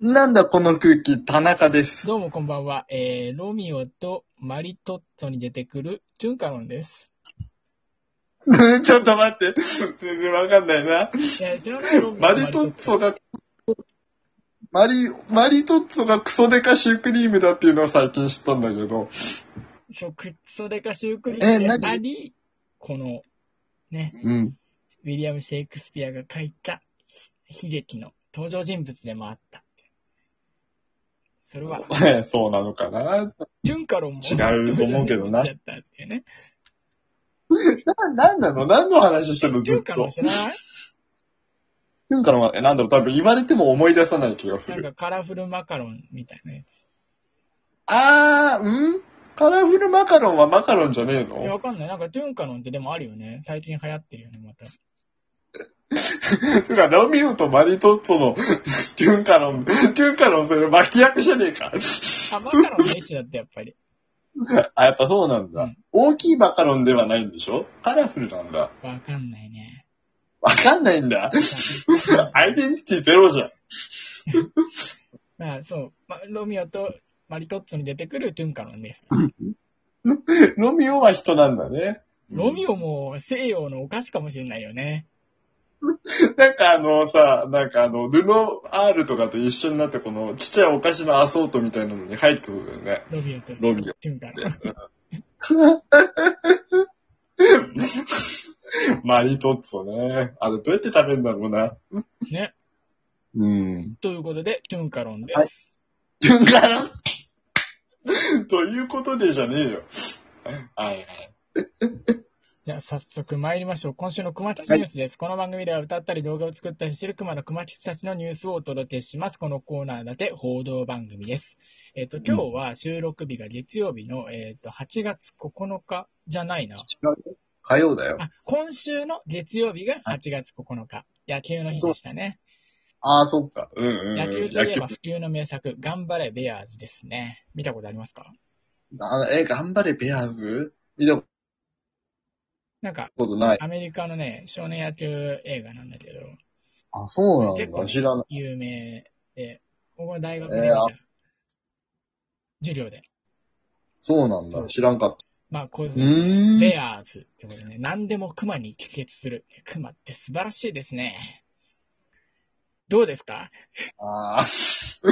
なんだこの空気、田中です。どうもこんばんは。えー、ロミオとマリトッツォに出てくるジュンカロンです。 ちょっと待って。全然わかんないな。いや、知らないロミオとマリトッツォが、マリ、マリトッツォがクソデカシュークリームだっていうのは最近知ったんだけど。ォ。そう、クッソデカシュークリえーム何であり、この、ね、うん。ウィリアム・シェイクスピアが書いたひ悲劇の登場人物でもあったって。それは、そう なのかな。ジュンカロンも違うと思うけどな登場人物だったっていうね。な、なんなの何の話してるのジずっュンカロンと。知らないジュンカロンは、えなんだろう、多分言われても思い出さない気がすなんる。かカラフルマカロンみたいなやつ。あー、んカラフルマカロンはマカロンじゃねええ、のわかんない。なんかジュンカロンってでもあるよね。最近流行ってるよね、また。てか、ロミオとマリトッツォの ジュンカロン、ジュンカロンそれ脇役じゃねえか。あ、マカロンの一種だって、やっぱり。 あ、やっぱそうなんだ。うん大きいマカロンではないんでしょカラフルなんだ。わかんないね。わかんないんだ。アイデンティティゼロじゃん。まあ、そう、まあ、ロミオとマリトッツォに出てくるジュンカロンです。ロミオは人なんだね。ロミオオも西洋のお菓子かもしれないよね。なんかあのさ、なんかあの、ルノアールとかと一緒になってこのちっちゃいお菓子のアソートみたいなのに入ってそうだよ ね。ロミオとロミオ。ジュンカロン。マリトッツォね。あれどうやって食べるんだろうな。ね。うん。 ということで、ジュンカロンです。はいジュンカロンということでじゃねえよ。はいはい。じゃあ、早速参りましょう。今週の熊吉ニュースです。この番組では歌ったり動画を作ったりしている熊の熊吉たちのニュースをお届けします。このコーナーだけ報道番組です。えっ、と、今日は収録日が月曜日の、えっ、と、8月9日じゃないな。違うよ火曜だよ。あ、今週の月曜日が8月9日。野球の日でしたね。ああ、そっか。うんうんうん。野球といえば不球の名作、頑張れベアーズですね。見たことありますかあの、え、頑張れ、ベアーズ見たこなんか、とない。アメリカのね、少年野球映画なんだけど、あ、そうなん結だ。構知らない。有名で、僕の大学で見えーあた。授業で。そうなんだ。知らんかった。まあ、こういうう、ーん。ベアーズってことでね、何でも熊に帰結する。熊って素晴らしいですね。どうですかああ。すべ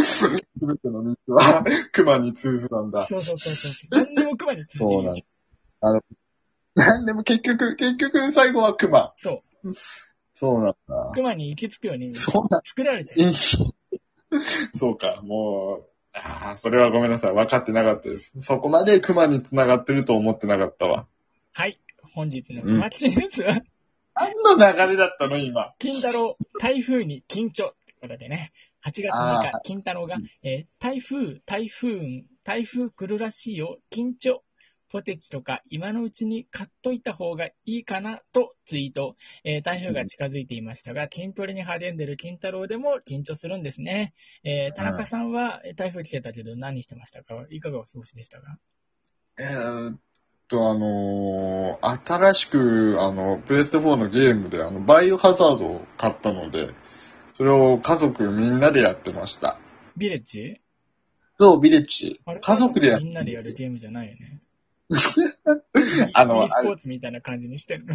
ての道は、 熊に通ずなんだ。そうそうそうそう。何でも熊に通じる。そうなんだ。あの、なん でも結局、結局最後は熊。そそうなんう。だ。熊に行き着くようにそうなん作られてる。だ。 そうか、もう、ああ、それはごめんなさい。分かってなかったです。そこまで熊に繋がってると思ってなかったわ。はい。本日の熊吉ニュースは、 何の流れだったの、今。金太郎、台風に緊張ってことでね、8月あ6ー日、金太郎が、えー台風、台風雲、台風来るらしいよ、緊張。ポテチとか今のうちに買っといた方がいいかなとツイート。えー台風が近づいていましたが、筋トレに励んでる金太郎でも緊張するんですね。えー田中さんはえー台風来てたけど何してましたかいかがお過ごしでしたかえーっと、あのー新しく、あの、プレステ4のゲームで、あの、バイオハザードを買ったので、それを家族みんなでやってました。ビレッジそう、ビレッジあれ。家族でやっみんなでやるる。ゲームじゃないよね。 あの e スポーツみたいな感じにしてる の。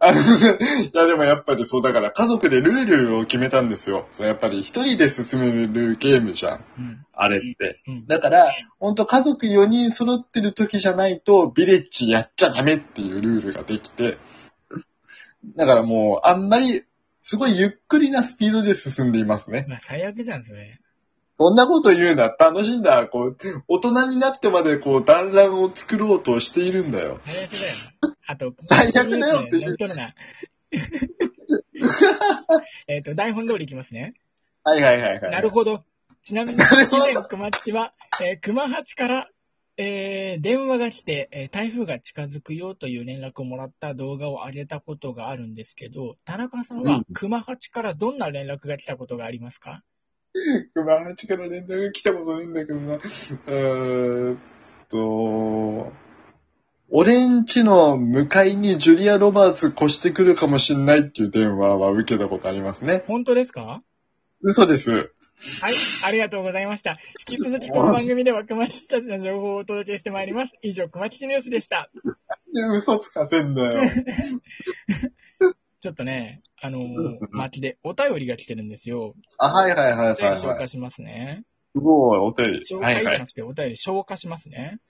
あのねいや、でもやっぱりそう、だから家族でルールを決めたんですよ。そう、やっぱり一人で進めるゲームじゃん。うん。あれって。うん。だから、ほんと家族4人揃ってる時じゃないと、ビレッジやっちゃダメっていうルールができて、だからもう、あんまり、すごいゆっくりなスピードで進んでいますね。まあ、最悪じゃん、それ。そんなこと言うな、楽しんだ、こう、大人になってまでこう、団らんを作ろうとしているんだよ。最悪だよ。あと、最悪だよって飲み取るな。 えっと、台本通りいきますね。はいはいはいはい。なるほど。ちなみに、る以ほど前、熊吉は、えー熊八から、えー電話が来て、えー台風が近づくよという連絡をもらった動画を上げたことがあるんですけど、田中さんうはん熊八からどんな連絡が来たことがありますか、熊八から連絡来たことないんだけどな。うーんと、俺ん家の向かいにジュリア・ロバーツ越してくるかもしんないっていう電話は受けたことありますね。本当ですか嘘です。はい、ありがとうございました。引き続き、この番組では熊吉たちの情報をお届けしてまいります。以上、熊吉ニュースでした。いや嘘つかせんだよ。ちょっとね、あのー、巻きでお便りが来てるんですよ。あ、はいはいはいはい、紹はい。介しますね。すごい、お便り。紹は介いじはゃいな。くてお便り消化しますね。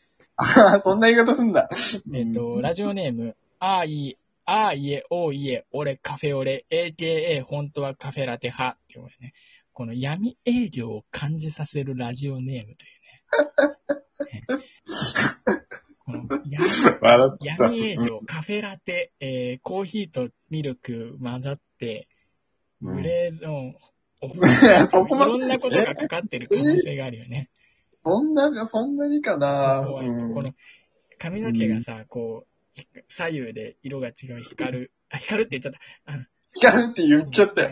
ああ、そんな言い方 すんだ。えっ、と、ラジオネーム、あーいい、あーいえ、おーいえ、俺カフェオレ、AKA 本当はカフェラテ派ってことでね。この闇営業を感じさせるラジオネームというね。ねこの闇笑っちゃった。闇営業、カフェラテ、えー、コーヒーとミルク混ざって、うグんレーの、おや そこまでいろんなことがかかってる可能性があるよね。そんな、そんなにかなこううんこの髪の毛がさ、こう、左右で色が違う光る、あ、光るって言っちゃった。光るって言っちゃったよ。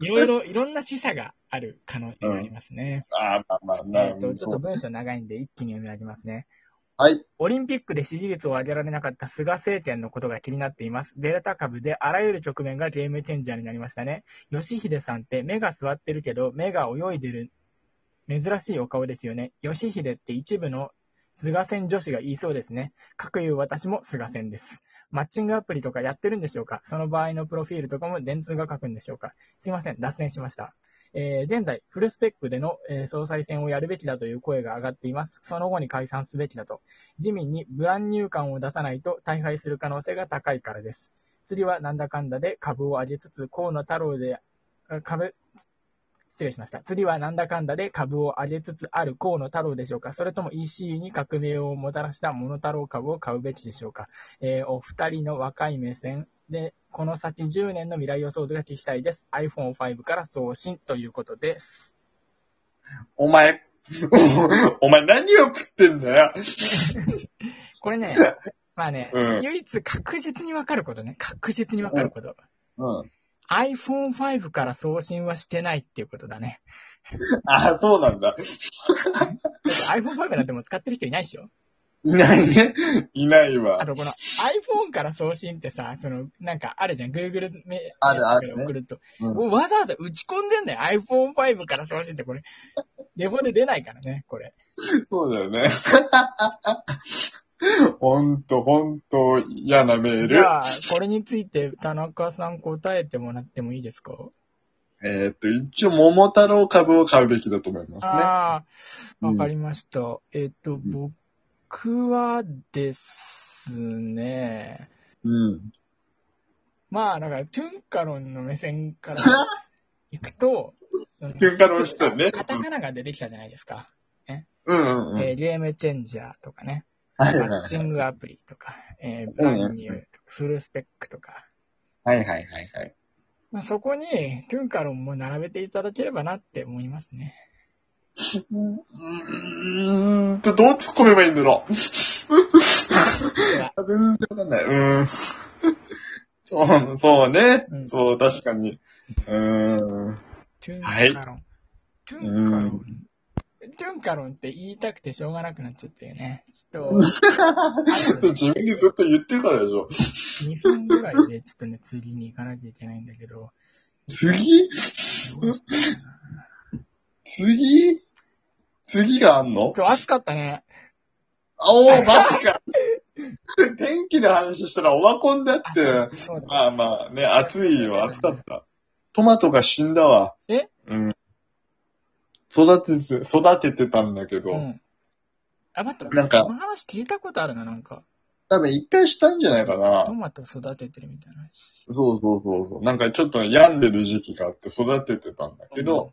いろいろ、いろんな示唆がある可能性がありますね。ああ、まあまあ、なえるっ、ほと、ど。ちょっと文章長いんで一気に読み上げますね。はい。オリンピックで支持率を上げられなかった菅政権のことが気になっています。デルタ株であらゆる局面がゲームチェンジャーになりましたね。吉秀さんって目が座ってるけど、目が泳いでる、珍しいお顔ですよね。吉秀って一部の菅戦女子が言いそうですね。各言う私も菅戦です。マッチングアプリとかやってるんでしょうかその場合のプロフィールとかも電通が書くんでしょうかすいません、脱線しました。えー現在、フルスペックでの、えー総裁選をやるべきだという声が上がっています。その後に解散すべきだと。自民にブランニュー感を出さないと大敗する可能性が高いからです。次はなんだかんだで株を上げつつ、河野太郎で、あ株、失礼しました。次はなんだかんだで株を上げつつある河野太郎でしょうかそれとも EC に革命をもたらしたモノ太郎株を買うべきでしょうかえーお二人の若い目線で、この先10年の未来予想図が聞きたいです。iPhone5 から送信ということです。お前、 お前何を食ってんだよ。こ れね、まあね、うん唯一確実にわかることね。確実にわかること。うん。 iPhone5 から送信はしてないっていうことだね。ああ、そうなんだ。だって iPhone5 なんてもう使ってる人いないでしょいないね。いないあわ。とこの iPhone から送信ってさ、その、なんかあるじゃん。Google めあるあるね送ると。うんこうわざわざ打ち込んでんだよ。iPhone5 から送信ってこれ。デフォで出ないからね、これ。そうだよね。 ほんと、ほんと、嫌なメーじル。ゃあ、これについて田中さん答えてもらってもいいですか、えーっと、一応、桃太郎株を買うべきだと思いますね。ああ、うわんかりました。えっ、と、ん僕はですね、うん。まあ、なんか、トゥンカロンの目線から いくと、そのトゥンカロン視点ねカタカナが出てきたじゃないですか。うんうんうん。えーゲームチェンジャーとかね、はいはいマッはい。チングアプリとか、えー、ブランニューとか、フルスペックとか、はいはいはいはい。まあ、そこにトゥンカロンも並べていただければなって思いますね。 うーんと、どう突っ込めばいいんだろう。全然わかんない。うーん。 そう、そうねう。んそう、確かに。うーん。トゥンはいカロン。トゥンカロン。トゥンカロンって言いたくてしょうがなくなっちゃったよね。ち ょっそう自分でずっと言ってるからでしょ。と、2分ぐらいでちょっとね、次に行かなきゃいけないんだけ ど。次次次があんの今日暑かったね。あお ー、マジか。天気の話したらオワコンだって。そうだまあまあね、暑いよ、暑かった。トマトが死んだわ。えうん。育てて、育ててたんだけど、うん。あ、待って、なんかこの話聞いたことあるな、なんか。多分一回したんじゃないかなト。マト育ててるみたいな話。そうそうそうそう。なんかちょっと病んでる時期があって育ててたんだけど、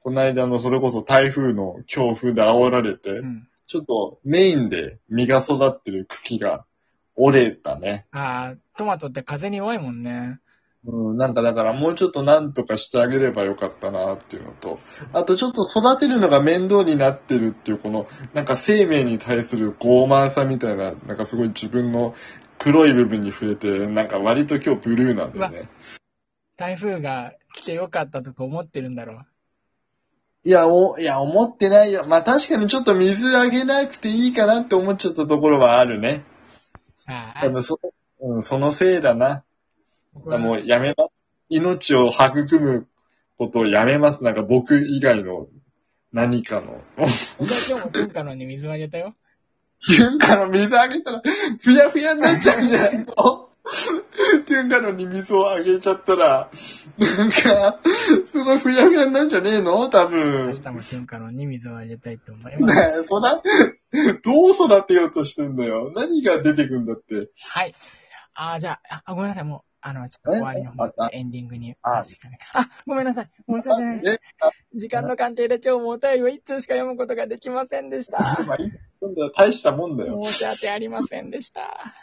この間のそれこそ台風の強風で煽られて、うん。ちょっとメインで実が育ってる茎が折れたね。ああ、トマトって風に弱いもんね。うん、なんかだからもうちょっとなんとかしてあげればよかったなっていうのと、あとちょっと育てるのが面倒になってるっていうこの、なんか生命に対する傲慢さみたいな、なんかすごい自分の黒い部分に触れて、なんか割と今日ブルーなんだよね。台風が来てよかったとか思ってるんだろう。いや、お、いや、思ってないよ。まあ、確かにちょっと水あげなくていいかなって思っちゃったところはあるね。さあ多、分そ、うん、そのせいだな。僕はもうやめます。命を育むことをやめます。なんか僕以外の何かの。俺は今日も文化のに水をあげたよ。キュンカの水あげたら、ふやふやになっちゃうんじゃないのキュンカのに水をあげちゃったら、なんか、すごいふやふやになるんじゃねえの多分明。日も文化のに水をあげたいと思います。ねえ、そだ、どう育てようとしてんだよ。何が出てくんだって。はい。あー、じゃあ、あ、ごめんなさい。もう、あの、ちょっと終わりのえまた方、エンディングに。あ確かにあ、ごめんなさい。申し訳ない。え、時間の関係で今日もお便りを1通しか読むことができませんでした。 まあ、いいんだよ大したもんだよ。申し訳ありませんでした。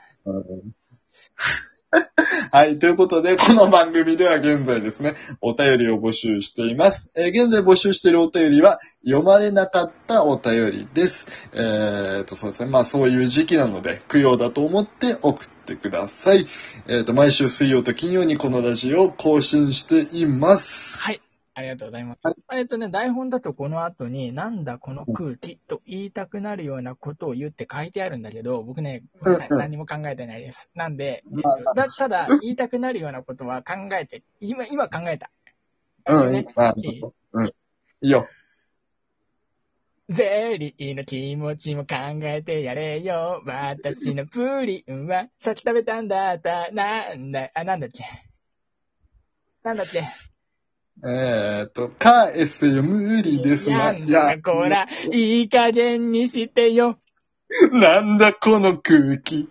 はい。ということで、この番組では現在ですね、お便りを募集しています。えー現在募集しているお便りは、読まれなかったお便りです。えー、と、そうですね。まあ、そういう時期なので、供養だと思って送ってください。えー、と、毎週水曜と金曜にこのラジオを更新しています。はい。ありがとうございます。はえっとね、台本だとこの後に、なんだこの空気と言いたくなるようなことを言って書いてあるんだけど、僕ね、うんうん何も考えてないです。なんで、まあだただ、言いたくなるようなことは考えて、今、今考えた。うん、いい。まあ、いいうん。いいよ。ゼリーの気持ちも考えてやれよ。私のプリンは、さっき食べたんだった。なんだ、あ、なんだっけ。なんだっけ。えー、と、返せよ、無理ですな。なんだこら、いい加減にしてよ。なんだこの空気。